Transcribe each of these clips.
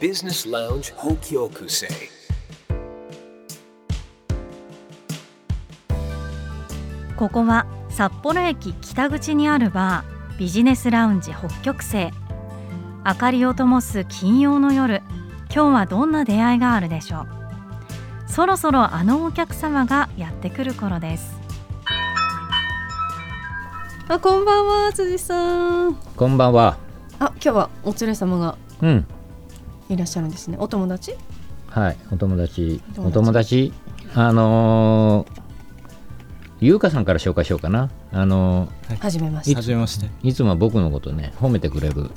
Business Lounge Hokyokusei. ここは札幌駅北口にあるバービジネスラウンジ北極星明かりを灯す金曜の夜今日はどんな出会いがあるでしょうそろそろあのお客様がやってくる頃ですあこんばんは辻さんこんばんは。あ今日はお連れ様がうん。いらっしゃるんですねお友達はい。お友達。おお友友達。あのー、ゆうかさんから紹介しようかな。あのはじめましはじめまして。ーいつもは僕のことね、褒めてくれ る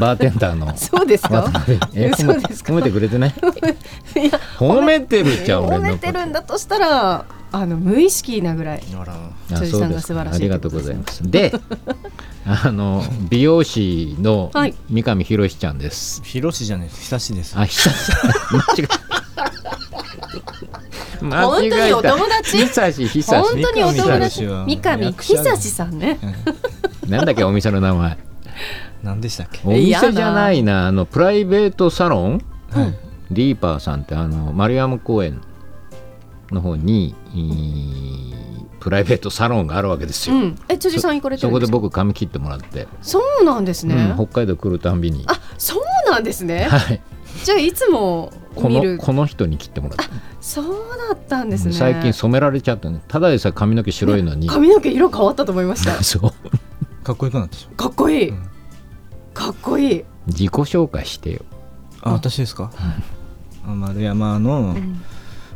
バーテンダーの。そうです渡か辺え褒め嘘ですか褒めてくれてないいや褒めてるじゃん俺褒のことめてるんだとしたらあの無意識なぐらいあら。あ辻そうさんでがす素か晴らしいありがとうございますであの美容師のはい三上博史ちゃんです、広しじゃないです。久しです。あ、久し本当に間違えた。間違えた。お友達久し、久本し。当にお友達三三上上久志さんねなんだっけ、お店の名前。何でしたっけ。お店じゃないな、あのプライベートサロン。はい。ディーパーさんって、あのマリアム公園。の方に、いープライベートサロンがあるわけですうよ。んえ辻さん行かれてそるんでこですか僕髪切ってもらって、そうなんですね、うん北海道来るたんびに、あそうなんですねはい、じゃあいつもこ見のるこの人に切ってもらって、そうだったんですね最近染められちゃったねただでさ髪の毛白いのに、髪の毛色変わったと思いましたそうかっこよくなってしまう。かっこいい、うんかっこいい、自己紹介してよあ、私ですか。あ丸山のうん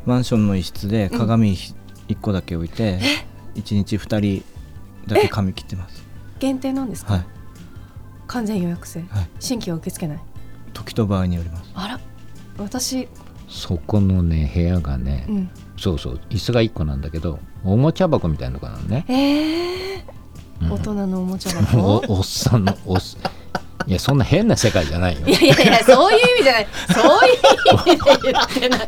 マンションの一室で鏡ひ一個だけ置いて、一日二人だけ髪切ってます。限定なんですか、はい。完全予約制、はい新規は受け付けない時と場合によります。あら私、そこのね部屋がね、うん、そうそう椅子が1個なんだけどおもちゃ箱みたいなのかなのね、えーうん大人のおもちゃ箱おおっさんのおっすいやそんな変な世界じゃないよいやいやいやそういう意味じゃないそういう意味で言ってない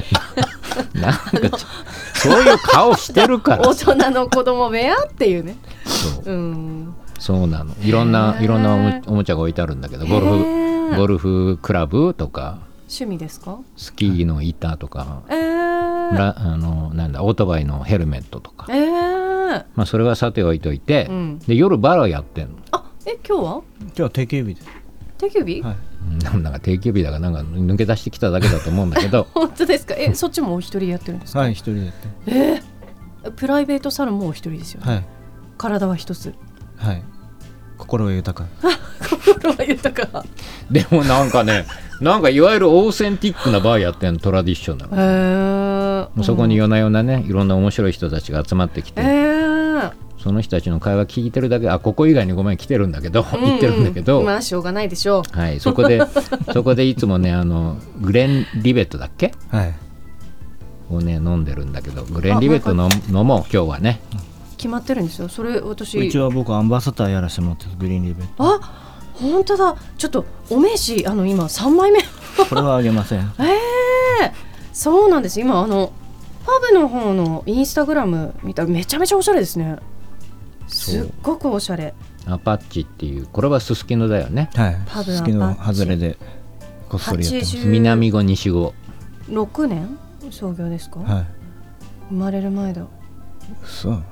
なんかちょそういう顔してるから大人の子供部屋っていうねそううんそうなのいろんなへーいろんなおもおもちゃが置いてあるんだけどゴルへフーゴルフクラブとか趣味ですかスキーの板とか、えー、らあのなんだオートバイのヘルメットとかえ、ー、まあ、それはさておいといて、うんで夜バラやってんのあえ今日は今日は定休日です。定休日、はい。うんなんか定休日だからなんか抜け出してきただけだと思うん だけど本当ですかえそっちもお一人でやってるんですか、はい、一人でやって。えープライベートサロンもお一人ですよね、はい。体は一つ はい。心が豊か。心は豊かでもなんかねなんかいわゆるオーセンティックなバーやってんのトラディショナルえー、そこに夜な夜なねいろんな面白い人たちが集まってきえて、ー、その人たちの会話聞いてるだけあここ以外にごめん来てるんだけど行ってるんだけど、うまあしょうがないでしょうはい、そこで そこでいつもねあのグレン・リベットだっけはい。をね飲んでるんだけどグレン・リベットの飲もう今日はね決まってるんですよそれ私一応僕アンバサダーやらせてもらってますグリーンリベッあ本当だちょっとお名刺あの今三枚目ト。これはあげません。ええそうなんです今あのパブの方のインスタグラム見たらめちゃめちゃおしゃれですねそすうっごくおしゃれアパッチっていうこれはススキノだよねはい。パブ好きアのパッチ外れでこっそりやってます。十南語西語6年創業ですか、はい。生まれる前だそう。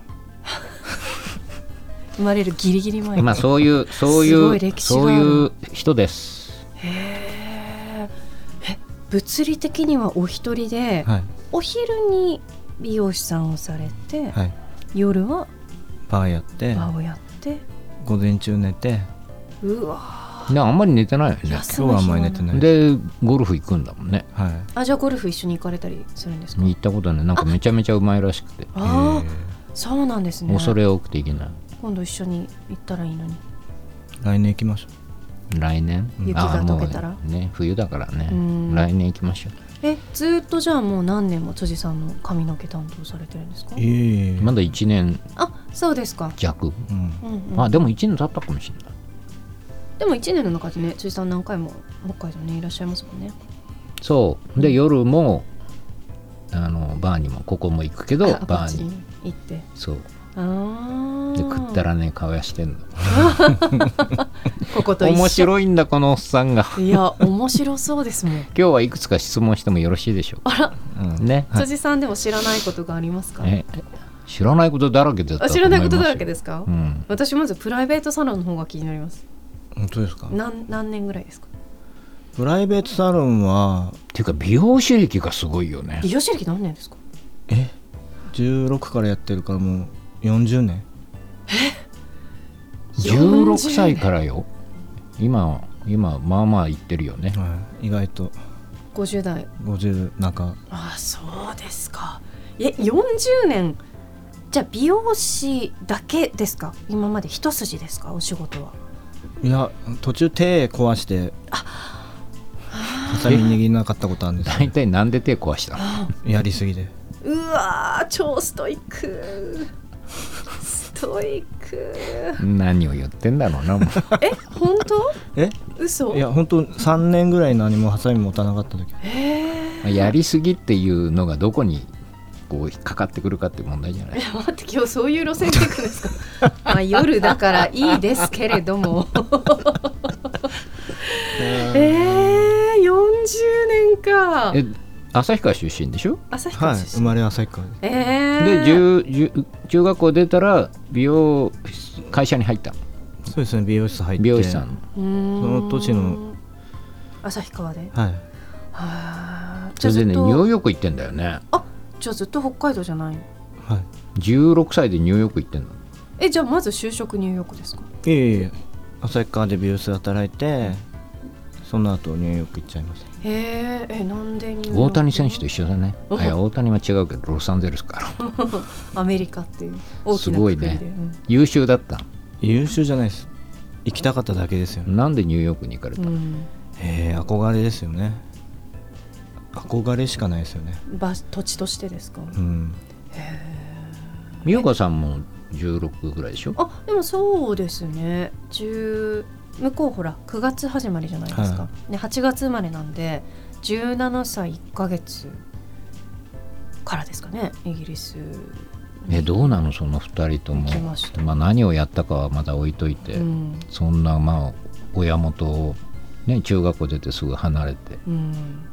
生まれるギリギリ前だ、まあそういうそういすごいう歴史があそうるいう人ですへーえ物理的にはお一人で、はい。お昼に美容師さんをされて、はい。夜はバーやってバーをやって、午前中寝てうわであんまり寝てないよね休む今日はあん暇まないり寝てないでゴルフ行くんだもんねはいあじゃあゴルフ一緒に行かれたりするんですか行ったことないなんかめちゃめちゃうまいらしくてあえあそうなんですね恐れ多くていけない今度一緒に行ったらいいのにー来年行きましょ来年雪があーもう溶けたらね冬だからねうん来年行きましょえずーっとじゃあもう何年も辻さんの髪の毛担当されてるんですかういえいうまだ1年あそうですか、弱うんうんうんあでも1年経ったかもしれないでも1年の中でね辻さん何回も北海道にいらっしゃいますもんねそうで夜もあのバーにもここも行くけどあバこっちーに行ってそうああで食ったらね顔やしてんのここと一緒面白いんだこのおっさんがいや面白そうですもん今日はいくつか質問してもよろしいでしょうかうんね、はい辻さんでも知らないことがありますかえ知らないことだらけだったあと思知いらますないことだらけですか、うん、私まずプライベートサロンの方が気になります本当ですかなん何年ぐらいですかプライベートサロンはっていうか美容師歴がすごいよね美容師歴何年ですかえ16からやってるからもう40年16 40歳からよ今今まあまあ言ってるよねはい意外と50代50中ああそうですかえ40年じゃあ美容師だけですか今まで一筋ですかお仕事はいや途中手壊してハサミ握れなかったことあるんです大体なんで手壊したのやりすぎでうわー超ストイックストイック何を言ってんだろ うなもうえ本当え嘘いや本当3年ぐらい何もハサミ持たな かった時やりすぎっていうのがどこにこう引っかかってくるかって問題じゃない待って今日そういう路線で行くんですか まあ夜だからいいですけれども えー、40年かえ旭川出身でしょ旭は川い出生身、まれ旭川ですえー、で中中中学校出たら美容室会社に入ったのそうですね美容室入って美容師さんのうーんその年の旭川ではいはあそじゃあずれでっねニューとヨーク行ってんだよねじゃあずっと北海道じゃないは16歳でニューヨーク行ってんのえじゃあまず就職ニューヨークですかいいえいえ旭川で美容室で働いてその後ニューヨーク行っちゃいましたへええなんでニューヨーク大谷選手と一緒だねうんいや大谷は違うけどロサンゼルスからアメリカっていう大きすなご国いでねうん優秀だった優秀じゃないです行きたかっただけですよねなんでニューヨークに行かれたの、へえ憧れですよね憧れしかないですよねうん、場土地としてですか、うん美代子さんも16ぐらいでしょあでもそうですね10向こうほら9月始まりじゃないですか、はね、8月生まれなんで17歳1ヶ月からですかねイギリスえどうなのその2人とも行きましたまあ、何をやったかはまだ置いといて、うん、そんなまあ親元を、ね、中学校出てすぐ離れてうん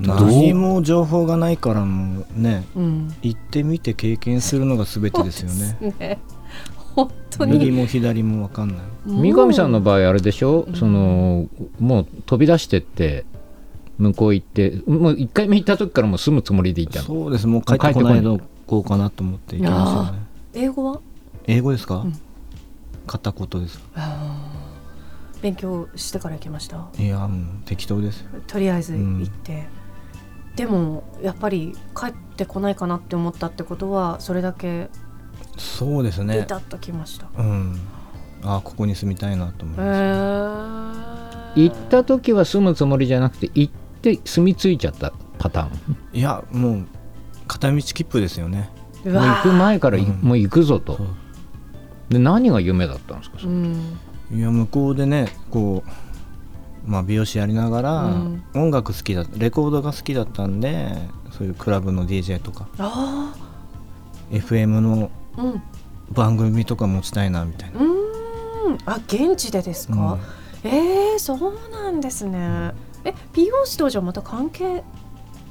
どう何も情報がないからもうねうん、行ってみて経験するのが全てですよねそうですね本当右にも左も分かんない三上さんのも場合あれでしょ、うんそのもう飛び出してって向こう行ってもう1回目行った時からもう住むつもりで行ったのそうですもう帰ってこないでおこうかなと思って行きましたねう英語は英語ですか、うん片言ですあー勉強してから行きましたいやもう適当ですよとりあえず行って、でもやっぱり帰ってこないかなって思ったってことはそれだけそうですビねタッときました、うんああここに住みたいなと思いへます、行った時は住むつもりじゃなくて行って住み着いちゃったパターンいやもう片道切符ですよねうもうわ行く前からい、うんもう行くぞとそうで何が夢だったんですか、ーうんいや向こうでねこう、まあ、美容師やりながら、うん音楽好きだレコードが好きだったんでそういうクラブの DJ とかあ FM のーうんう番組とか持ちたいなみたいな、ーんあ現地でですか、えー、そうなんですねえ美容師とじゃまた関係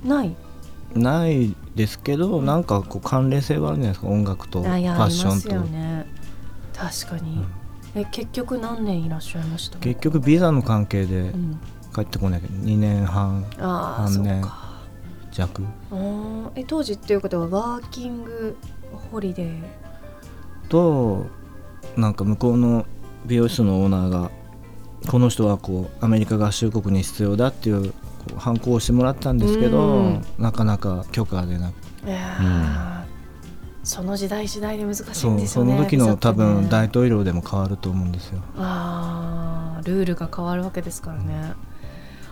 ないうんないですけどなんかこう関連性はあるんじゃないですか音楽とフあいァやあッりシまョすよンと、ね確かうに、んえ結局何年いらっしゃいました結局ビザの関係でうん、帰ってこないけど2年半ああそ半う年か弱あーえ当時っていうことはワーキングホリデーとなんか向こうの美容室のオーナーがこの人はこうアメリカ合衆国に必要だっていうこう反抗をしてもらったんですけうどんなかなか許可でなくいやーその時代次第で難しいんですそようねその時ちょのっと多ね分大統領でも変わると思うんですよあールールが変わるわけですからね、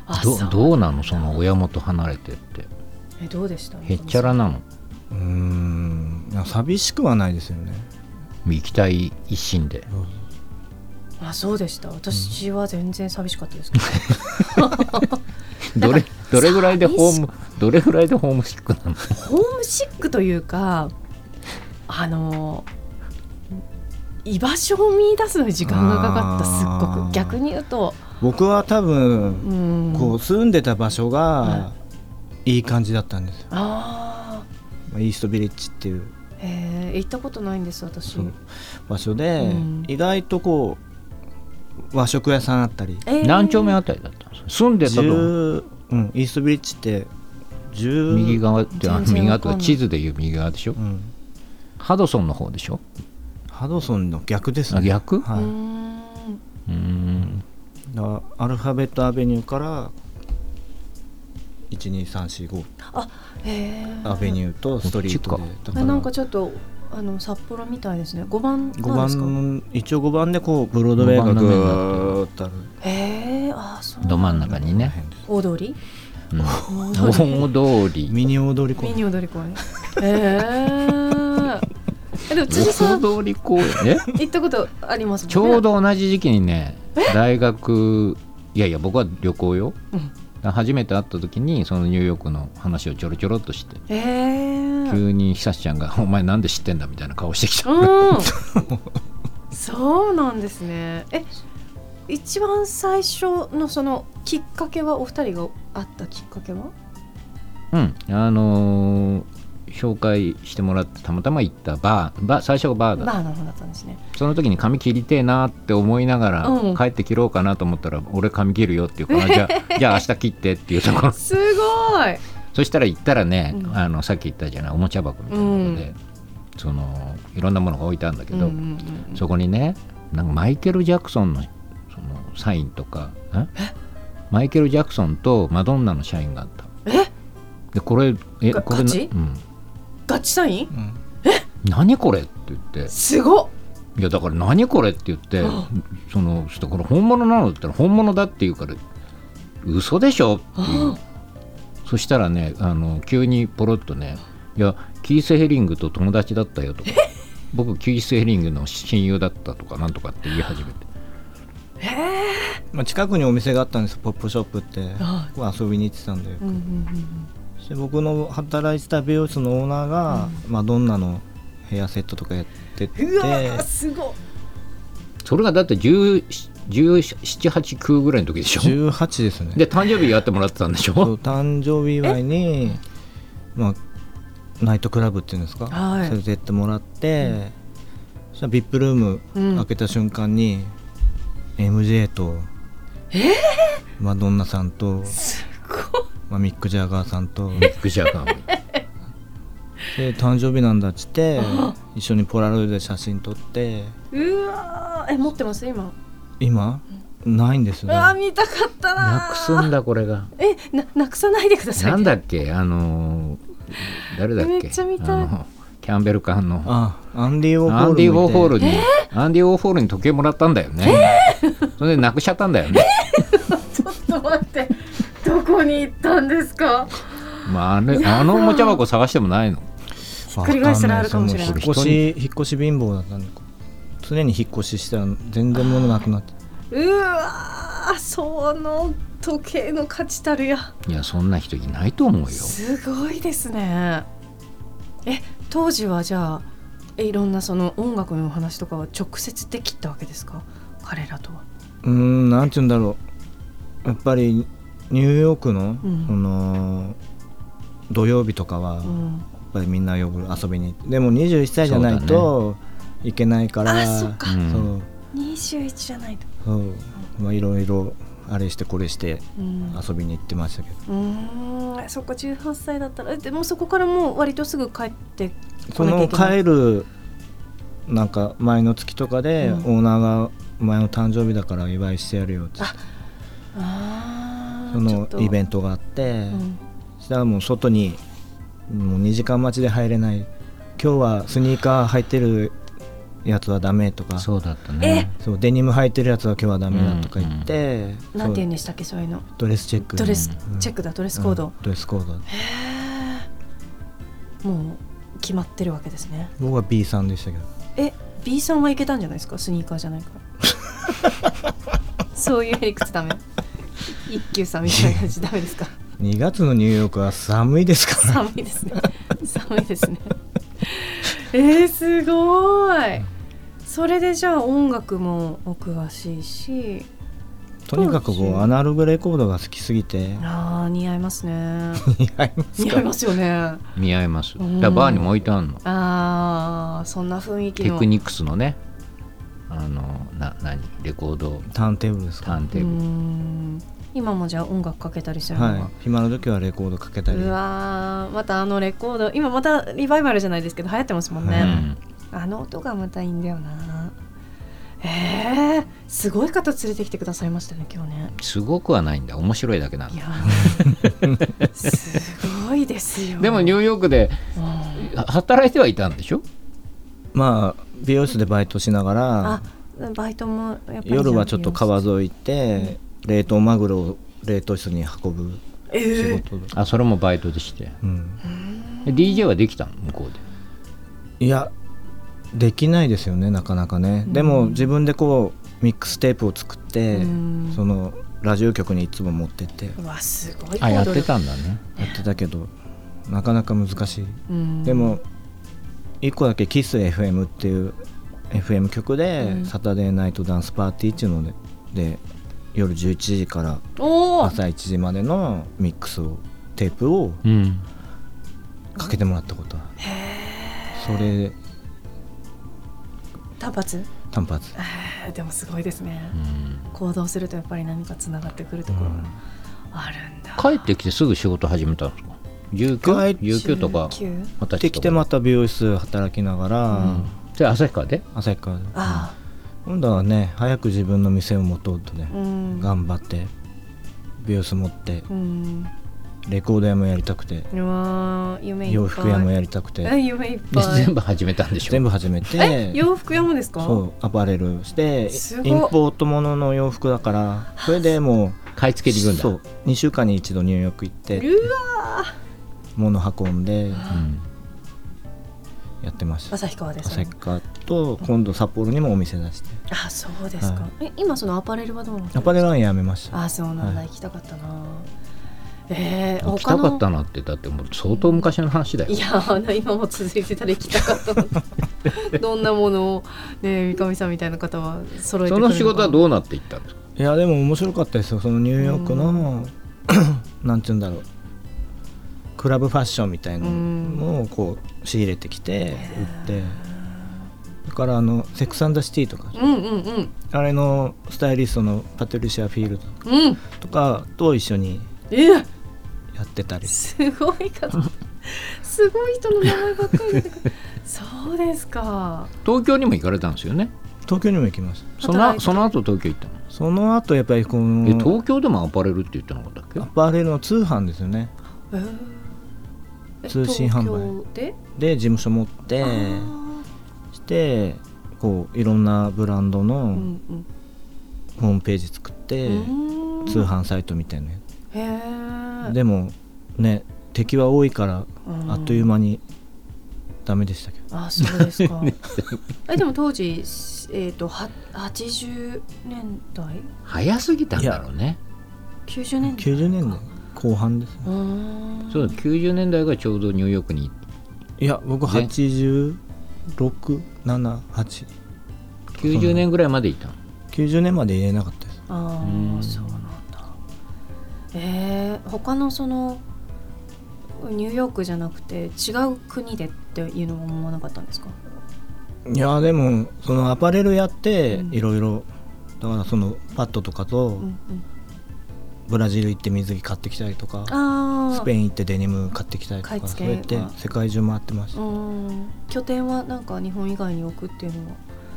あどそうどうなのその親元離れてってえどうでしたへっちゃらなのうーんいや寂しくはないですよね行きたい一心 であそうでした私は全然寂しかったですけど、 どれどれぐらいでホー寂ムどれぐらいでホームシックなのホームシックというかあの居場所を見出すのに時間がかかったすっごあーく逆に言うと僕は多分うんこう住んでた場所がはいいい感じだったんですよ、あまあイーストビレッジっていうあへえ行ったことないんです私そう場所で、うん意外とこう和食屋さんあったりえー何丁目あたりだったんですか住んでたとこ10うん、イーストビレッジって10右側ってあの全然右側とわかかんない地図でいう右側でしょうん、ハドソンの方でしょハドソンの逆ですねあ逆うはーい、んうーんだからアルファベットアベニューから12345へアベュニューとストリートでこっだーなんかちょっとあの札幌みたいですね5番なんです5か番一応5番でこうブロードウェイがぐーっとあるへえああそうど真ん中にね、大通り うん大通り大通りミニ踊り子ミニ踊り公園へーえでも辻さ大ん行通り公園ねったことありますもんねちょうど同じ時期にね大学いやいや僕は旅行よ、うん初めて会った時にそのニューヨークの話をちょろちょろっとしてへえ急に久志ちゃんが「お前なんで知ってんだ」みたいな顔してき た、うん、そうなんですね。え、一番最初のそのきっかけはお二人があったきっかけは？うんあのー紹介してもらってたまたま行ったバーバー最初がバーだバーの方だったんですね。その時に髪切りてえなって思いながらうん帰って切ろうかなと思ったら「俺髪切るよ」っていうか らじゃあじゃあ明日切ってっていうところすごい。そしたら行ったらね、うんあのさっき言ったじゃないおもちゃ箱みたいなので、そのいろんなものが置いてあるんだけうんうど、んうんそこにねなんかマイケル・ジャクソンのそのサインとかんマイケル・ジャクソンとマドンナの社員があったえでこれえがこれガな、チうん、ガチサイン？うん何これって言ってすごっ。いやだから何これって言ってうんそのちょっとこれ本物なのって言ったら本物だって言うから嘘でしょっていうあそしたらねあの急にポロッとね「いやキース・ヘリングと友達だったよ」とか「僕キース・ヘリングの親友だった」とかなんとかって言い始めてまあ、近くにお店があったんですよポップショップってあここ遊びに行ってたんでうんうんうんで僕の働いてた美容室のオーナーが、まあ、どんなのヘアセットとかやっててうんうわーすごっ。それがだって1789ぐらいの時でしょ18ですねで誕生日やってもらってたんでしそうょ誕生日祝いに、まあ、ナイトクラブっていうんですか、はいそれで行ってもらって、そしたら VIP ルームうん開けた瞬間に、MJ と、マドンナさんと、すごっ。まあ、ミック・ジャガーさんとミック・ジャガーもで誕生日なんだっつってあ一緒にポラロイドで写真撮ってうわーえ持ってます今。今ないんですうよねわー見たかったなー。なくすんだこれがえななくさないでください。 なん だっけあのー誰だっけめっちゃ見たいあのキャンベルカンのあアンディ・ウォーホーアルンディ・ウォーホール見てに、アンディ・ウォーホールに時計もらったんだよね、それでなくしちゃったんだよね、ちょっと待ってどこに行ったんですか。まあ、あれやだあのおもちゃ箱探してもないのわひっくり返したらあるかもしれないわんですよもう引っ越し引っ越し貧乏だったんで常に引っ越ししたら全然物なくなってうわーその時計の価値たるやいやそんな人いないと思うよすごいですねえ当時はじゃあえいろんなその音楽のお話とかは直接できたわけですか彼らとはうーんなんて言うんだろうやっぱりニューヨークの,、うんその土曜日とかはやっうんぱりみんな夜遊びに行ってでも21歳じゃないといけないから、あそっか、うんそう21じゃないとそうまあいろいろあれしてこれしてうん遊びに行ってましたけど、うーんそっか18歳だったらえでもそこからもう割とすぐ帰って来そなきゃのいけない帰るなんか前の月とかで、うんオーナーが「お前の誕生日だから祝いしてやるよ」ってあそのイベント、トがあって、うんそしたらもう外にもう2時間待ちで入れない今日はスニーカー履いてるやつはダメとかそうそうだったねデニム履いてるやつは今日はダメだとか言って、そうなんて言うんでしたっけそういうのドレスチェックドレスうんチェックだドレスコード、うんドレスコードへーもう決まってるわけですね僕は B さんでしたけどえ B さんはいけたんじゃないですかスニーカーじゃないから そういう理屈ダメ一休さんみたいな感じダメです か2月のニューヨークは寒いですから寒い ですね寒いですねえー、すごいそれでじゃあ音楽もお詳しいしとにかくこうアナログレコードが好きすぎてあー似合います ね似合います似合いますよね似合いますだうんからバーにも置いてあんのあーそんな雰囲気テのクニクスのねあのな何レコードターンテーブルですターかンテーうーブル、ん今もじゃあ音楽かけたりするのは、はい暇な時はレコードかけたりうわーまたあのレコード今またリバイバルじゃないですけど流行ってますもんうね、んあの音がまたいいんだよなえー、すごい方連れてきてくださいましたね今日ねすごくはないんだ面白いだけなんいだやーすごいですよでもニューヨークでうんは働いてはいたんでしょまあ美容室でバイトしながらあバイトもやっぱりじゃあ夜はちょっと川沿い行って冷凍マグロを冷凍室に運ぶえ仕ー、事、あそれもバイトでしてうん、で DJ はできたの向こうでいやできないですよねなかなかね、でも自分でこうミックステープを作って、うんそのラジオ局にいつも持ってってやうわすごいあやって行動力たんだねってたけどなかなか難しいうんでも1個だけ「キス f m っていう FM 曲で、うんサタデーナイトダンスパーティーっていうのでで夜11時からおお朝1時までのミックスをテープをうんかけてもらったことはそれ単発単発えーでもすごいですね、うん行動するとやっぱり何かつながってくるところがあるんだ、帰ってきてすぐ仕事始めたんですか有給帰って有給とか19またできてまた美容室働きながら、で旭川で朝からあ今度はね早く自分の店を持とうとねあ、うん頑張って美容室持ってうんレコード屋もやりたくてうわー夢いっぱい洋服屋もやりたくえて夢いっでぱい 全部始めたんでしょ全部始めてえ洋服屋もですかそうアパレルしてすごイいンポートものの洋服だからそれでも買い付うけに行くんだそう2週間に一度ニューヨーク行ってうわ物運んでうんやってました旭川です旭川と今度札幌にもお店出してあそうですか、はえ今そのアパレルはどうなのアパレルはやめましたあそうなんだ、はい行きたかったなえー、行き他たのかったなってだってもう相当昔の話だよいやあの今も続いてたら行きたかったなどんなものをね三上さんみたいな方は揃えてそくれるの仕事はうどうなっていったんですかいやでも面白かったですよそのニューヨークの なんて言うんだろうクラブファッションみたいなのをこう仕入れてきて売ってだからあのセックスアンダーシティとかうんうんうんあれのスタイリストのパトリシア・フィールドうんとかと一緒にえーやってたりすごい方すごい人の名前ばっかり出てくるそうですか東京にも行かれたんですよね東京にも行きましそ働いのてその後東京行ったのたその後やっぱりこえの東京でもアパレルって言ってなかったっけアパレルの通販ですよねえーえ通信販売東京で、で事務所持ってあーしてこういろんなブランドうのんホームページ作ってうん、通販サイトみたいなやへつーでもね敵は多いからうんあっという間にダメでしたけどあそうです かえでも当時、えー、とは80年代早すぎたんだろうね90年代90年代後半ですねうーんそう90年代がちょうどニューヨークにいや僕ね8678 90年ぐらいまでいたの90年まで入れなかったですああうんそうなんだえー、他のそのニューヨークじゃなくて違う国でっていうのも思わなかったんですかいやでもそのアパレルやってうんいろいろだからそのパッドとかとうんうんブラジル行って水着買ってきたりとかああスペイン行ってデニム買ってきたりと買いかそ付うけやって世界中回ってましうーん拠点はなんか日本以外に置くっていうのは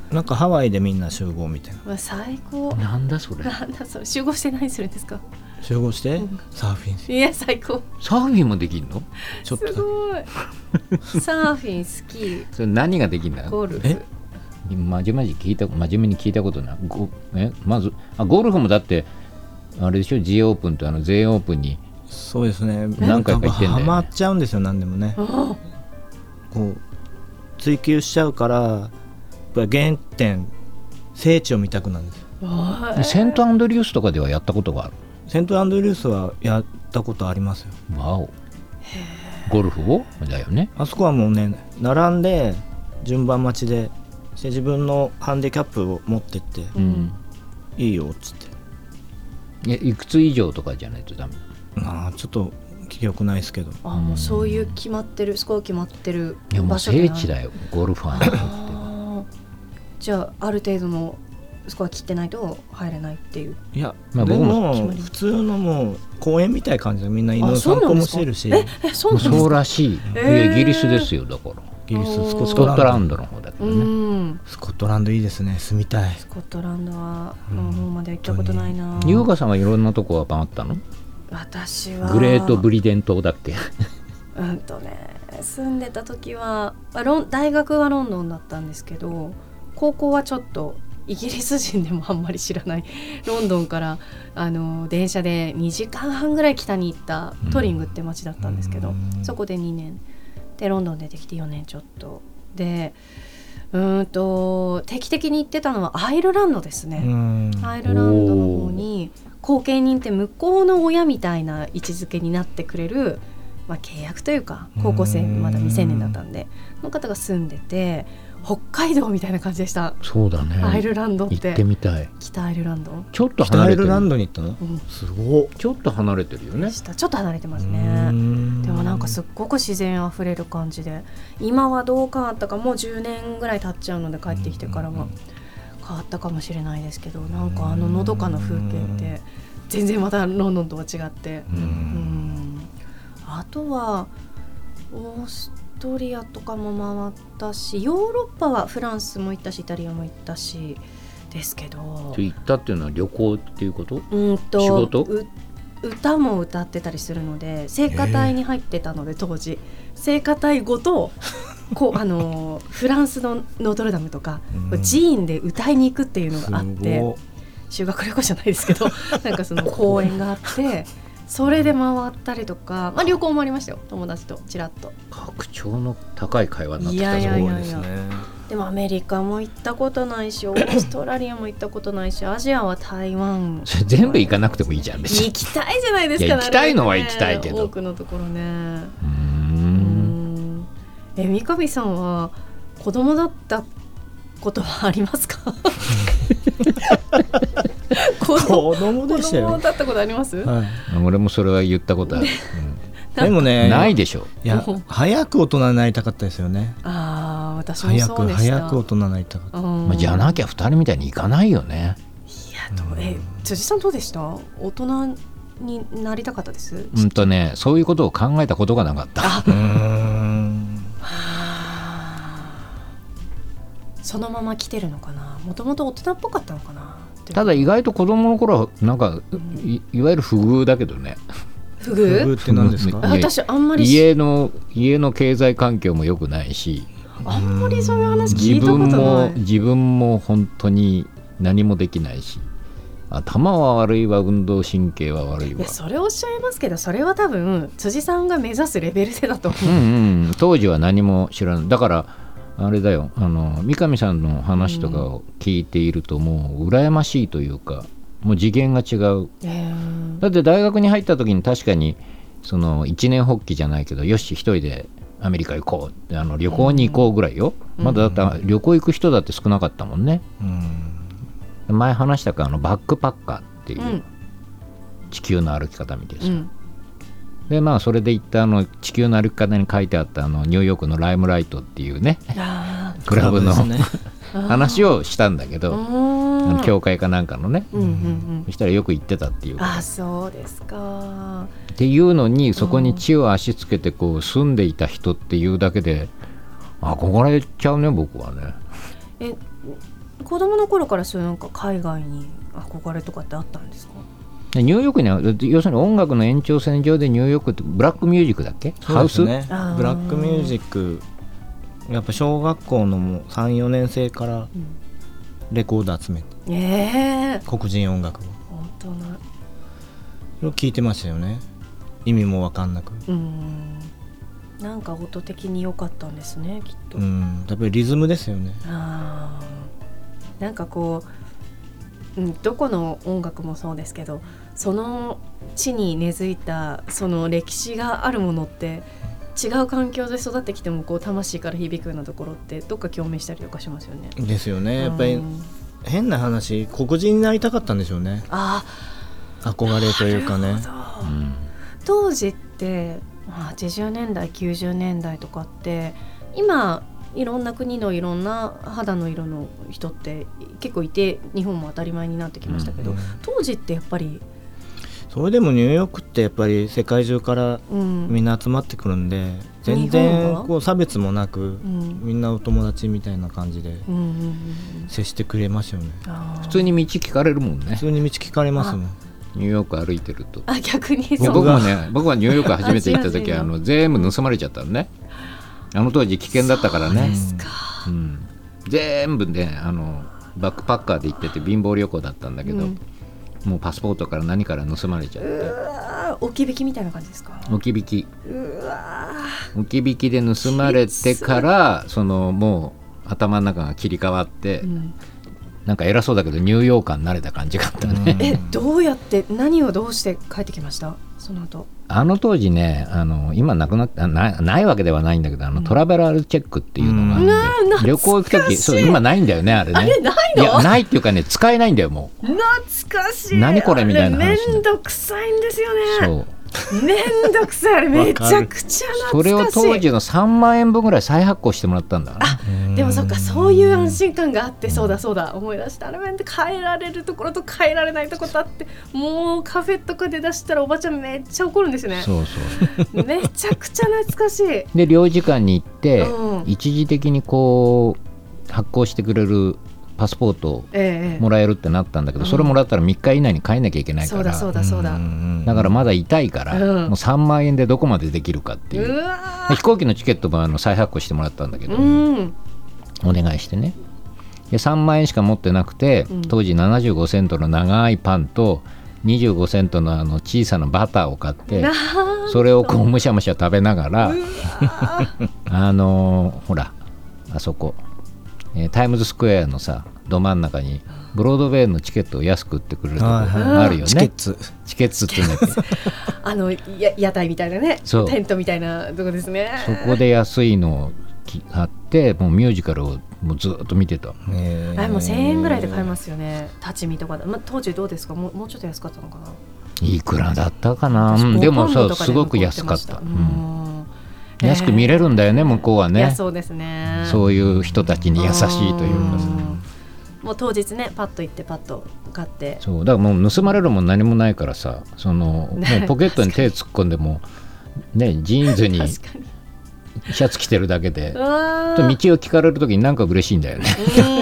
たなんかハワイでみんな集合みたいなうわ最高なんだそれなんだそれ集合して何するんですか集合してうんサーフィンいや最高サーフィンもできんのちょっとだすけごいサーフィンスキーそれ何ができんだゴルフえ真面目に聞いた真面目に聞いたことないごえまずあゴルフもだってあれでしょ G オープンとあの全英オープンにそうですね何回か行ってんだよねハマっちゃうんですよ何でもねあこう追求しちゃうからやっぱ原点聖地を見たくなるんですよあセントアンドリュースとかではやったことがあるセントアンドリュースはやったことありますよわおゴルフをだよねあそこはもうね並んで順番待ちでして自分のハンディキャップを持ってってううんん、 「いいよ」っつっていやいくつ以上とかじゃないとダメああちょっと記憶ないですけどあもうそういう決まってるスコア決まってるいやもう場所って聖な地だよゴルファーにとって はあーじゃあある程度のスコア切ってないと入れないっていういや、まあで僕決もまり普通のもう公園みたいな感じでみんな犬のあ散そうな歩んでもすしかてるしイえそうもなんうですそうからしい,、えいーやイギリスですよだからギリスおースコスッコトットラランンドドの方だけうどね、んスコットランドいいですね住みたいスコットランドはうんの方までは行ったことないな優香さんはいろんなとこは回ったの私はグレートブリデン島だっ けうんとね住んでた時はあロン大学はロンドンだったんですけど高校はちょっとイギリス人でもあんまり知らないロンドンからあの電車で2時間半ぐらい北に行ったトリングって町だったんですけど、うんそこで2年でロンドン出てきて4年ちょっとでうーんと定期的に行ってたのはアイルランドですね。うんアイルランドの方に後見人って向こうの親みたいな位置づけになってくれる、まあ、契約というか高校生うんまだ未成年だったんでの方が住んでて北海道みたいな感じでした、そうだアイねルランドっ行てってみたい北アイルランド、ちょっと北離アれイてルランるドに行ったのうん、すごっちょっと離れてるよねしたちょっと離れてますね。うんでもなんかすっごく自然あふれる感じで今はどう変わったかもう10年ぐらい経っちゃうので帰ってきてからは変わったかもしれないですけどなんかあののどかな風景って全然またロンドンとは違ってううんんあとはオーストリアとかも回ったしヨーロッパはフランスも行ったしイタリアも行ったしですけど行ったっていうのは旅行っていうことうんと仕事う歌も歌ってたりするので聖歌隊に入ってたので当時聖歌隊ごと こうあのーフランスのノートルダムとか、うん寺院で歌いに行くっていうのすがあってごっ修学旅行じゃないです けどなんかその公演があってそれで回ったりとか、まあ、旅行もありましたよ友達とちらっと拡張の高い会話になってきたいぞやいやいやすごですねでもアメリカも行ったことないしオーストラリアも行ったことないしアジアは台湾それ全部行かなくてもいいじゃん別に行きたいじゃないですいかやなるべく行きたいのは行きたいけど多くのところねうーうんんえ三上さんは子供だったことはあります か 子供子供子でした供よ、だったことあります、は俺もそれは言ったことある、い、でもうねんないでしょいやお早く大人になりたかったですよねああ私も早そくうでした早く大人になりたかったうんまあ、じゃなきゃ2人みたいにいかないよねいやどうえ辻さんどうでした大人になりたかったです、うんとねそういうことを考えたことがなかったあうーんあーそのまま来てるのかなもともと大人っぽかったのかなただ意外と子供の頃はなんかいいわゆる不遇だけどねフブーグって何ですかあ私あんまりし家の家の経済環境も良くないしあんまりそういう話聞自いたこと分なもい自分も本当に何もできないし頭は悪いわ運動神経は悪いいわやそれおっしゃいますけどそれは多分辻さんが目指すレベルでだと思うんうん当時は何も知らないだからあれだよあの三上さんの話とかを聞いているともう羨ましいというかもう次元が違うう、えーだって大学に入った時に確かにその一年発起じゃないけどよし一人でアメリカ行こうあの旅行に行こうぐらいよ、うんまだだって旅行行く人だって少なかったもんねうん前話したかあのバックパッカーっていううん地球の歩き方みたいなうさ、んでまあそれで行ったあの地球の歩き方に書いてあったあのニューヨークのライムライトっていうねあクラブのクラブですねー話をしたんだけうど、あーんの教会かなんかのね、うんうんうんそしたらよく行ってたっていうあーそうですかっていうのにそこに地を足つけてこう住んでいた人っていうだけで憧れちゃうね僕はねえ子供の頃からそういうなんか海外に憧れとかってあったんですかでニューヨークにはだって要するに音楽の延長線上でニューヨークってブラックミュージックだっけ、ハウスそうですねあーブラックミュージックやっぱ小学校のもう34年生からレコード集めてええ黒人音楽を本当なそれを聞いてましたよね意味も分かんなくうんなんか音的に良かったんですねきっと、うんやっぱりリズムですよねあーなんかこう、うん、どこの音楽もそうですけどその地に根付いたその歴史があるものって違う環境で育ってきてもこう魂から響くようなところってどっか共鳴したりとかしますよね。ですよねやっぱりうん変な話黒人になりたかったんでしょうねあ憧れというかねあ、そううん当時ってまあ80年代90年代とかって今いろんな国のいろんな肌の色の人って結構いて日本も当たり前になってきましたけど、うん当時ってやっぱり、それでもニューヨークってやっぱり世界中からうんみんな集まってくるんで全日本然はこう差別もなくうんみんなお友達みたいな感じでうんうんうん接してくれますよねうん、普普通に道聞かれるもんね普通に道聞かれますもんニューヨーク歩いてるとあ逆にいやそ僕うもね僕はニューヨーク初めて 行った時ああの全部盗まれちゃったのねあの当時危険だったからそうねですか、うん、全部ねあのバックパッカーで行ってて貧乏旅行だったんだけど、うんもうパスポートから何から盗まれちゃっうてわー置き引きみたいな感じですか置き引きうわ置き引きで盗まれてからそのもう頭の中が切り替わって、ー、うんなんか偉そうだけどニューヨーカーになれた感じがあったね、えどうやって何をどうして帰ってきましたその後あの当時ねあの今なくなったなないわけではないんだけどあのトラベラルチェックっていうのがあうわー懐って、かしい旅行行く時そう今ないんだよねあれねあれないいやのないっていうかね使えないんだよもう懐かしい何これみたいな話あれめんどくさいんですよねそうめんどくさいあれめちゃくちゃそれ懐をかしい当時の3万円分ぐらい再発行してもらったんだなでもそっかそういう安心感があってそうだそうだ思い出したあれめんで変えられるところと変えられないところとあってもうカフェとかで出したらおばちゃんめっちゃ怒るんですよねそうそうめちゃくちゃ懐かしいで領事館に行って、うん一時的にこう発行してくれるパスポートをええもらえるってなったんだけど、うんそれもらったら3日以内に帰んなきゃいけないそかうらだそうだそうだだからまだ痛いから、うんもう3万円でどこまでできるかっていううわ で飛行機のチケットもあの再発行してもらったんだけーど、うんお願いしてねで3万円しか持ってなくて、うん当時75セントの長いパンと25セントのあの小さなバターを買ってなーそれをこうむしゃむしゃ食べながらあのーほらあそこ、えータイムズスクエアのさど真ん中にブロードウェイのチケットを安く売ってくれるとこはいはいあるよね、チケッツチケッツって言うんだけどあのや屋台みたいなねそうテントみたいなとこですねそこで安いのをき買ってもうミュージカルをもうずっと見てたえーあれもう1000円ぐらいで買えますよね立ち見とかだ、まあ、当時どうですかもうもうちょっと安かったのかないくらだったかな、私うんでもゴーカンさドとかすごく残て安かまっ、したううんん安く見れるんだよね向こうはいやねそうですねそういう人たちに優しいというかさんもう当日ねパッと行ってパッと買ってそうだからもう盗まれるもん何もないからさそのもねうポケットに手突っ込んでもねジーンズにシ確かにャツ着てるだけでう道をわー聞かれる時になんか嬉しいんだよね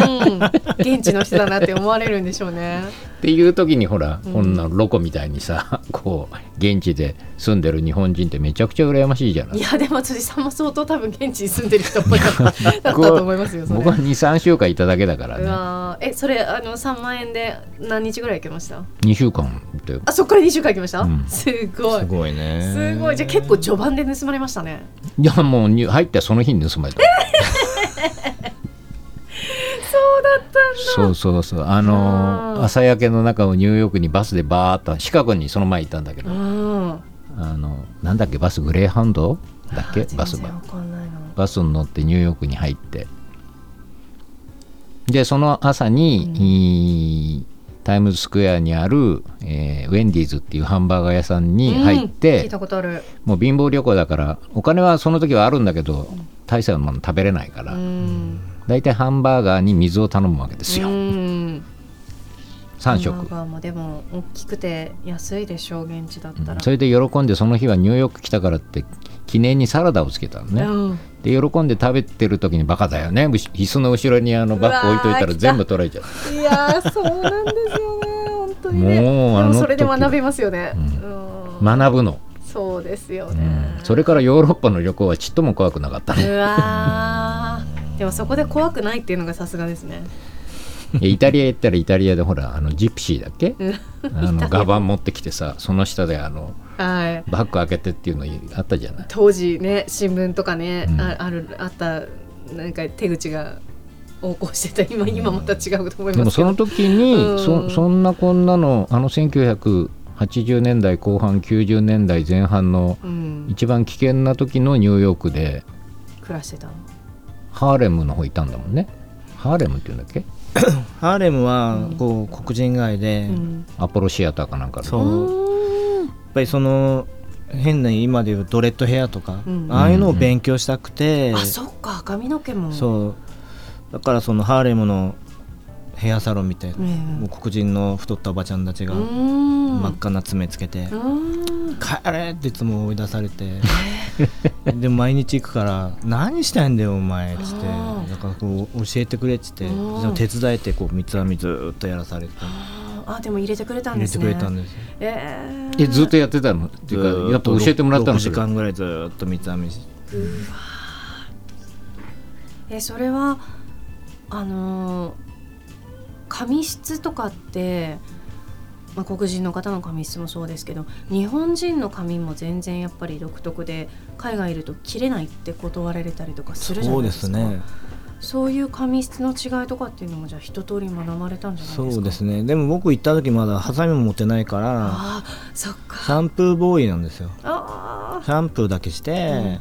うん現地の人だなって思われるんでしょう ねっていう時にほらうんこんなロコみたいにさ こう現地で住んでる日本人ってめちゃくちゃ羨ましいじゃないいやでも辻さんも相当多分現地に住んでる人っぽいだ っただったと思いますよそれ僕は23週間いただけだからうねわーえそれあの3万円で何日ぐらい行けました2週間ってあそこから2週間行きました、うんすごいすごいねすごいじゃあ結構序盤で盗まれましたねいやもうに入ったその日に盗 まれたそうだったそうそうそうあのあーー朝焼けの中をニューヨークにバスでバーっとシカゴにその前行ったんだけどうんあのなんだっけバスグレーハウンドだっけ全バス然わバかんないなバスに乗ってニューヨークに入ってでその朝に、いータイムズスクエアにある、えーウェンディーズっていうハンバーガー屋さんに入っうん聞てい、たことあるもう貧乏旅行だからお金はその時はあるんだけど大したもの食べれないかうら、ん大体ハンバーガーに水を頼むわけですうよ、ん3ハン食バーガーもでも大きくて安いでしょう現地だったらそれで喜んでその日はニューヨーク来たからって記念にサラダをつけたのね、うんで喜んで食べてる時にバカだよねうし椅子の後ろにあのバッグ置いといたうわらー全部取られちゃういやーそうなんですよね本当にねもうあでもの時それで学べますよね、ううん学ぶの、そうですようね、んそれからヨーロッパの旅行はちっとも怖くなかったねうわーでもそこで怖くないっていうのがさすがですねいやイタリア行ったらイタリアでほらあのジプシーだっけうんあのガバン持ってきてさその下であのはいバッグ開けてっていうのあったじゃない当時ね新聞とかね、うんああるあったなんか手口が横行してた今今また違うと思いでまもすけどその時に、うんそそんなこんなのあの1980 80年代後半90年代前半のうん、一番危険な時のニューヨークで暮らしてたのハーレムの方いたんだもんねハーレムっていうんだっけハーレムはこう黒人街で、うんアポロシアターかなんかでそうやっぱりその変な今でいうドレッドヘアとか、うんああいうのを勉強したくて、あそっか髪の毛もう、そうだからそのハーレムのヘアサロンみたいな、んもう黒人の太ったおばちゃんたちがう真んっ赤な爪つけて「うん帰れ!」っていつも追い出されて で毎日行くから「何したいんだよお前」っつってあーだからこう教えてくれっつってうんその手伝えてこう三つ編みずーっとやらされてあでも入れてくれたん入でれすてねくれたんですよ。えーえずっとやってたのっていずーうかやっぱ教えてもらったの6時それ間ぐらいずーっと三つ編みしえそれはあのー髪質とかって、まあ、黒人の方の髪質もそうですけど日本人の髪も全然やっぱり独特で海外いると切れないって断られたりとかするじゃないそうでですかすねそういう髪質の違いとかっていうのもじゃあ一通り学ばれたんじゃないですそかうですねでも僕行った時まだハサミも持ってないからああそっシかャンプーボーイなんですよあシャンプーだけして、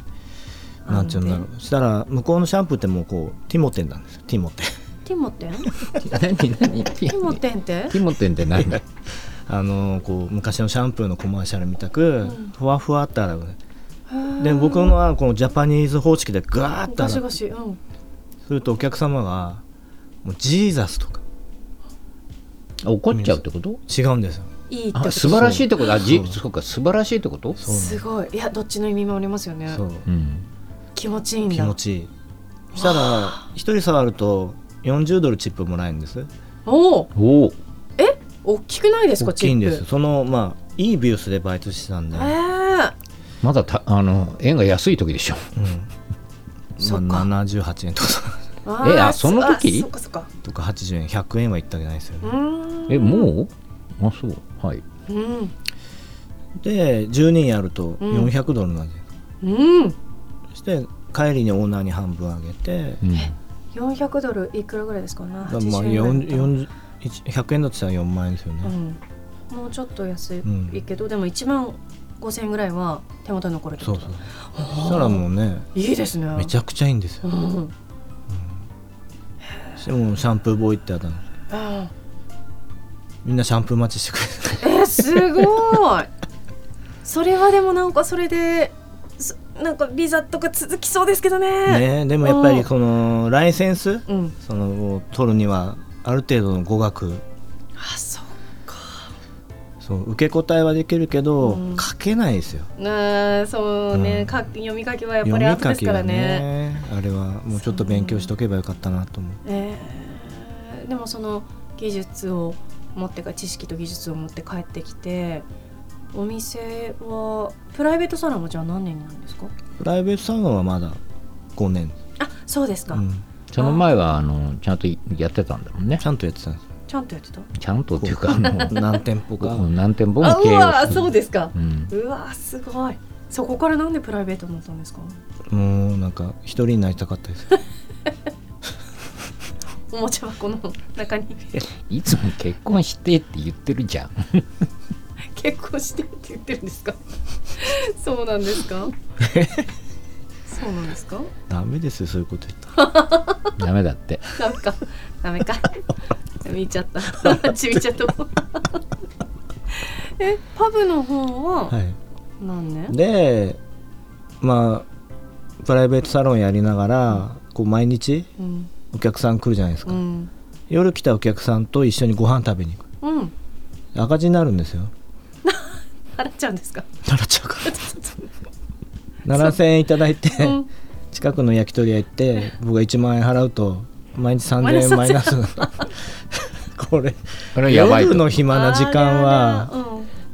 うんなんて言うんだろうしたら向こうのシャンプーってもうこうティモテンなんですよティモテンー ティモテンテ何何ティモテンってィモテンって何だあのこう昔のシャンプーのコマーシャルみたく、んふわふわって洗うねへ でー僕のはこのジャパニーズ方式でガーッとゴシ洗ゴうシうんするとお客様がもうジーザスとか怒っちゃうってこと違うんですよいいってこあと素晴らしいってことあじそうそうか素晴らしいってことそうなんですすごいいやどっちの意味もありますよねそううん気持ちいいんだ気持ちいいそしたら一人触ると40ドルチップもらえるんですおおおお大きくないですか大きいんですチップそのまあいいビュースでバイトしてたんで、えーまだたあの円が安い時でしょそっまかあ、78円とかあーえあその時あそっかそっかとか80円100円はいったわけないですようね、ーんえもうあそうはいうんで10人やるとうん400ドルなんですよ、うんそして帰りにオーナーに半分あげて、うん400ドルいくらぐらいですかねだからまあ80円ぐらいだっ40 100円だとしたら4万円ですよたね、うんもうちょっと安うんいけど、でも1万5000円ぐらいは手元に残るってそこうとそうそしたらもうねいいですねめちゃゃくちゃいいんですうよんうんでもうシャンプーボーイってあったのあみんなシャンプー待ちしてくれてーえーすごい それはでもなんかそれでそなんかビザとか続きそうですけどねねでもやっぱりこのライセンスうんそのを取るにはある程度の語学あそうそう受け答えはできるけど、うん書けないですよあーそうね、うんか読み書きはやっぱ読りみ後書ですきからがねねあれはもうちょっと勉強しておけばよかったなと思うえーでもその技術を持ってか知識と技術を持って帰ってきてお店はプライベートサロンはじゃあ何年になるんですかプライベートサロンはまだ5年、あそうですか、うんその前はあのちゃんとやってたんだもんねちゃんとやってたんですよちゃんとやってたちゃんとっていうかあの何店舗か何店舗もあう経営をわーするそうですかう、んうわーすごいそこからなんでプライベートになったんですかもうなんか一人になりたかったですおもちゃ箱の中に いつも結婚してって言ってるじゃん結婚してって言ってるんですかそうなんですかそうなんですかダメですよそういうこと言ったらダメだってダメか、ダメか。見ちゃった。ちびちゃった。 え、パブの方ははい何年？でまあプライベートサロンやりながらこう毎日うん、お客さん来るじゃないですうか、ん、夜来たお客さんと一緒にご飯食べに行くうん。赤字になるんですよ払っちゃうんです か？ならちゃうから7000円いただいて、うん。近くの焼き鳥屋行って僕が1万円払うと毎日3000円マイナス これこれやばいと夜の暇な時間あは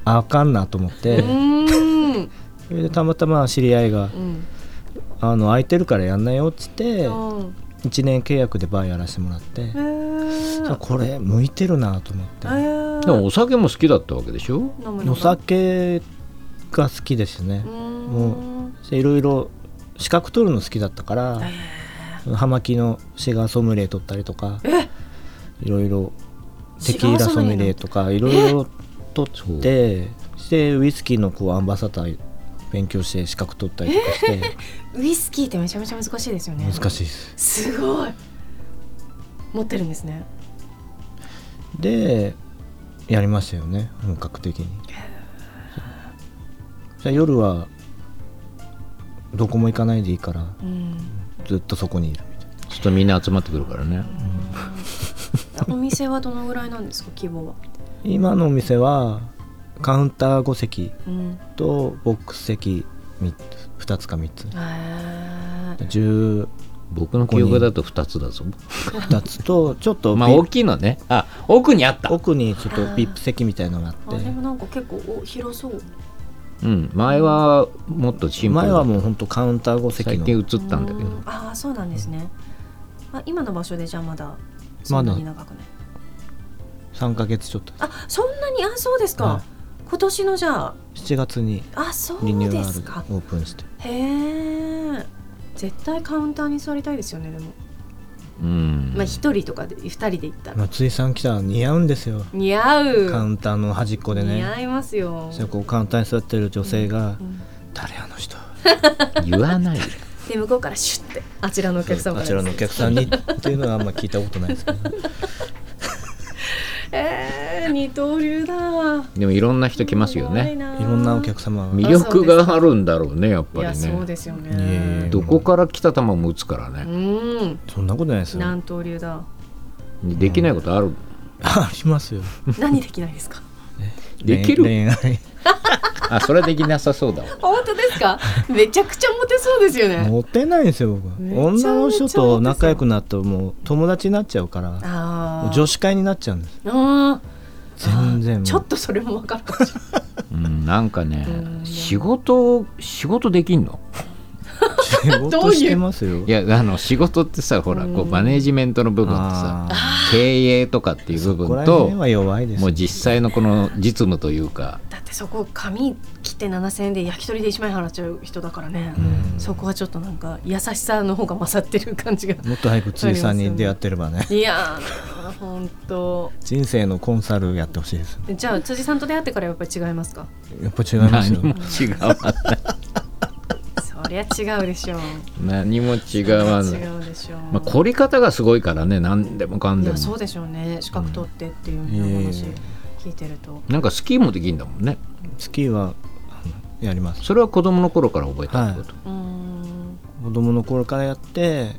あかんなと思っれてあれ。うん。うーん。それでたまたま知り合いうがん。 「あの空いてるからやんなよ」っつってうん1年契約でバーやらせてもらってえーあこれ向いてるなと思っえてーでもお酒も好きだったわけでしょ飲むのお酒が好きですねうーんもでいろいろ資格取るの好きだったから葉巻のシガーソムリエ取ったりとかいろいろテキーラソムリエとかいろいろ取ってしてウイスキーのこうアンバサダー勉強して資格取ったりとかしてウイスキーってめちゃめちゃ難しいですよね難しいです。すごい持ってるんですねでやりましたよね本格的に。じゃあ夜はどこも行かないでいいからうんずっとそこにいるみたいな。ちょっとみんな集まってくるからねお店はどのぐらいなんですか規模は、今のお店はカウンター5席うん、とボックス席3つ2つか3つあ12僕の記憶だと2つだぞつとちょっとまあビ大きいのねあ奥にあった奥にちょっと VIP 席みたいのがああでもっなんか結構お広そううん前はもっとシてンプル前だはったもう本当カウンター5席最近映のったんだけうどんああそうなんですね、あ今の場所でじゃあまだそまんだなに長くない、 3ヶ月ちょっとあそんなにあそうですか、はい今年のじゃあ7月にあそリニうューでアすルかでオープンしてへえ絶対カウンターに座りたいですよねでも、うんまあ一人とかで二人で行ったら松井さん来たら似合うんですよ似合うカウンターの端っこで似ね合いますよそしてこうカウンターに座ってる女性がうん「誰あの人」言わないよで向こうからシュッてあちらのお客様あからちらのお客さん にっていうのはあんま聞いたことないですけどえー、二刀流だわでもいろんな人来ます よねごいろんなお客様が魅力があるんだろうねやっいぱやりそうねですよいえいえねどこから来た球も打つからうねんそんなことないですよ何刀流だできないことある ありますよ何できないですかできる恋愛あそれはできなさそうだわ 本当ですかめちゃくちゃモテそうですよねモテないんですよ僕めちゃめちゃ女の人と仲良くなったらもう友達になっちゃうからああ女子会になっちゃうんですあー全然もうちょっとそれも分かるかもしれないうんなんかねうん仕事仕事できんの仕どう事いうしてますよいやあの仕事ってさほらこううんマネージメントの部分ってさあ経営とかっていう部ーここ分らと辺は弱いですもう実際のこの実務というかだってそこ紙切って7000円で焼き鳥で1万円払っちゃう人だからね、うんそこはちょっとなんか優しさの方が勝ってる感じがもっと早く辻さんに出会ってればねいやー本当人生のコンサルやってほしいですじゃあ辻さんと出会ってからやっぱり違いますかやっぱ違います何よも違わないそりゃ違うでしょう 何も違わない違うでしょう、まあ、凝り方がすごいからね何でもかんいでやもそうでしょうね資格取ってっていううん話いえいえ聞いてると、なんかスキーもできるんだもんねスキーはあのやりますそれは子供の頃から覚えたってこと、うーん子供の頃からやって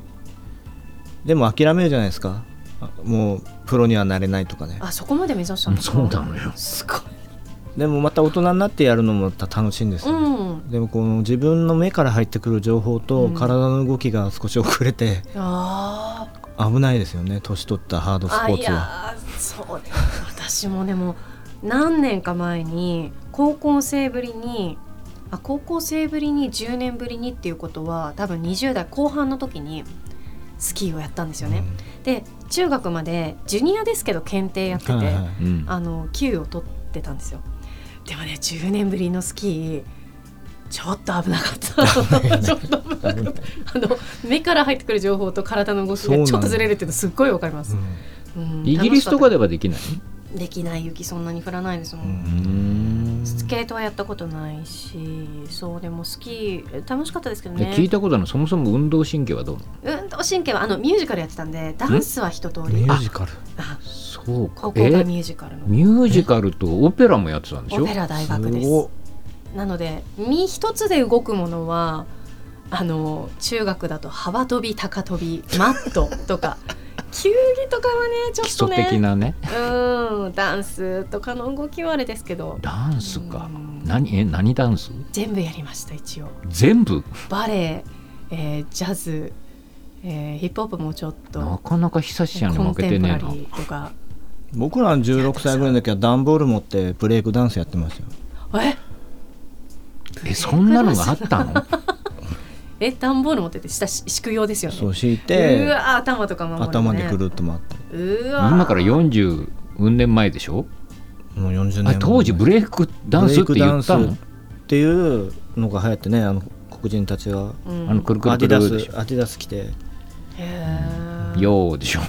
でも諦めるじゃないですかあもうプロにはなれないとかねあそこまで目指したうんんですかそうなのよすごいでもまた大人になってやるのもまた楽しいんですうよ、んでもこの自分の目から入ってくる情報うとん体の動きが少し遅れて あー危ないですよね年取ったハードスポあいーツはやーそうね私もでも何年か前に高校生ぶりにあ高校生ぶりに10年ぶりにっていうことは多分20代後半の時にスキーをやったんですよね、で中学までジュニアですけど検定やってて、はいはいうんあの級を取ってたんですよでもね10年ぶりのスキーちょっと危なか った。ちょっと危なか った。あの目から入ってくる情報と体の動きそうながんだちょっとずれるっていうのすっごいわかりますう。んうんイギリスとかではできないできない雪そんなに降らないですもん、うんスケートはやったことないしそうでもスキー楽しかったですけどでね聞いたことないそもそも運動神経はどうなの運動神経はあのミュージカルやってたんでダンスは一通りミューあジカルあそうか高校がえミュージカルのミュージカルとオペラもやってたんでしオょペラ大学ですすごっなので身一つで動くものはあの中学だと幅跳び高跳びマットとか 球技とかはねちょ基っと礎的ねなねうんダンスとかの動きはあれですけどダンスかうん何え何ダンス全部やりました一応全部バレエ、えージャズ、えーヒップホップもちょっなとかなか久しちゃんにコン負けテてンポラねリえなーとか僕らの16歳ぐらいの時は段ボール持ってブレイクダンスやってましたよええそんなのがあっ たのえ段ボール持ってて下し敷く用ですよねそう敷いうてわー頭とか守る、ね、頭でくるっと回ってうわー今から40年前でしょもう40あ年当時ブレイクダンスって言ったブレイのクっていうのが流行ってねあの黒人たちがうんあのくるくアるデくィダるでしスアディダス着てへーょようでしょ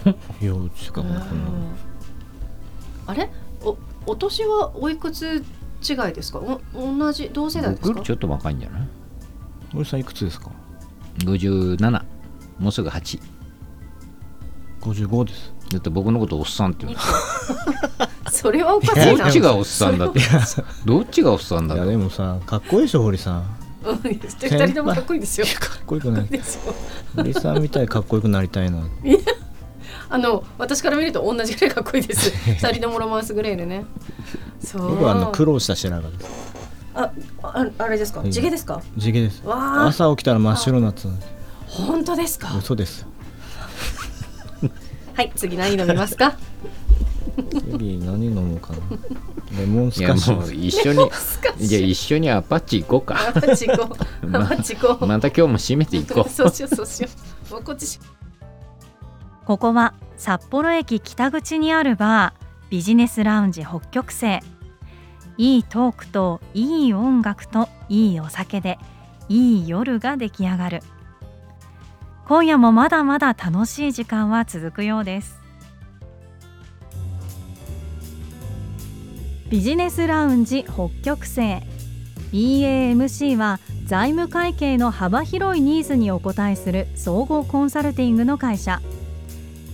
ようしかもこんなあれおお年はおいくつ違いですかお同じ同世代です僕よかりちょっと若いんじゃない森さんいくつですか ?57 もうすぐ8 55です だって僕のことおっさんって言うそれはおかしいのなどっちがおっさんだってどっちがおっさんだいやってでもさかっこいいでしょ堀さんうん二人ともかっこいいですよかっこよくないですよ堀さんみたいにかっこよくなりたいな あの私から見ると同じぐらいかっこいいです二人ともロマンスグレーでねそう僕はあの苦労した白髪ですあああれですかうん地毛ですか地毛ですわあ朝起きたら真っ白になってたんです本当ですか嘘ですはい次何飲みます か次何飲もうかなレモンいスやカッシもうュ一緒に懐かしいじゃあ一 緒にアパッチ行こうかあ自己あ自己また今日も締めていこ うそうしようそうしようもうこっちしここは札幌駅北口にあるバービジネスラウンジ北極星いいトークといい音楽といいお酒でいい夜が出来上がる今夜もまだまだ楽しい時間は続くようですビジネスラウンジ北極星 BAMC は財務会計の幅広いニーズにお応えする総合コンサルティングの会社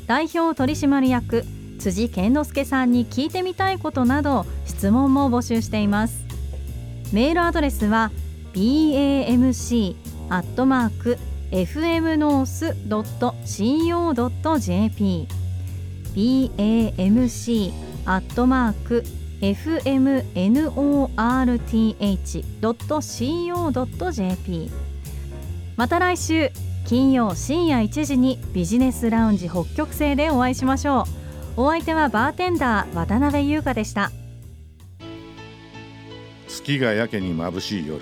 代表取締役辻健之介さんに聞いてみたいことなど質問も募集していますメールアドレスは bamc アットマーク fmnorth.co.jp bamc アットマーク fmnorth.co.jp また来週金曜深夜1時にビジネスラウンジ北極星でお会いしましょうお相手はバーテンダー渡辺優香でした月がやけに眩しい夜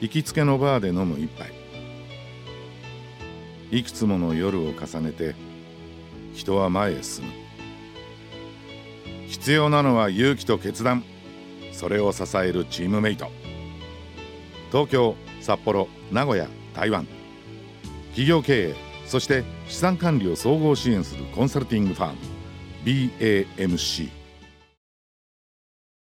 行きつけのバーで飲む一杯いくつもの夜を重ねて人は前へ進む必要なのは勇気と決断それを支えるチームメイト東京札幌名古屋台湾企業経営そして資産管理を総合支援するコンサルティングファーム BAMC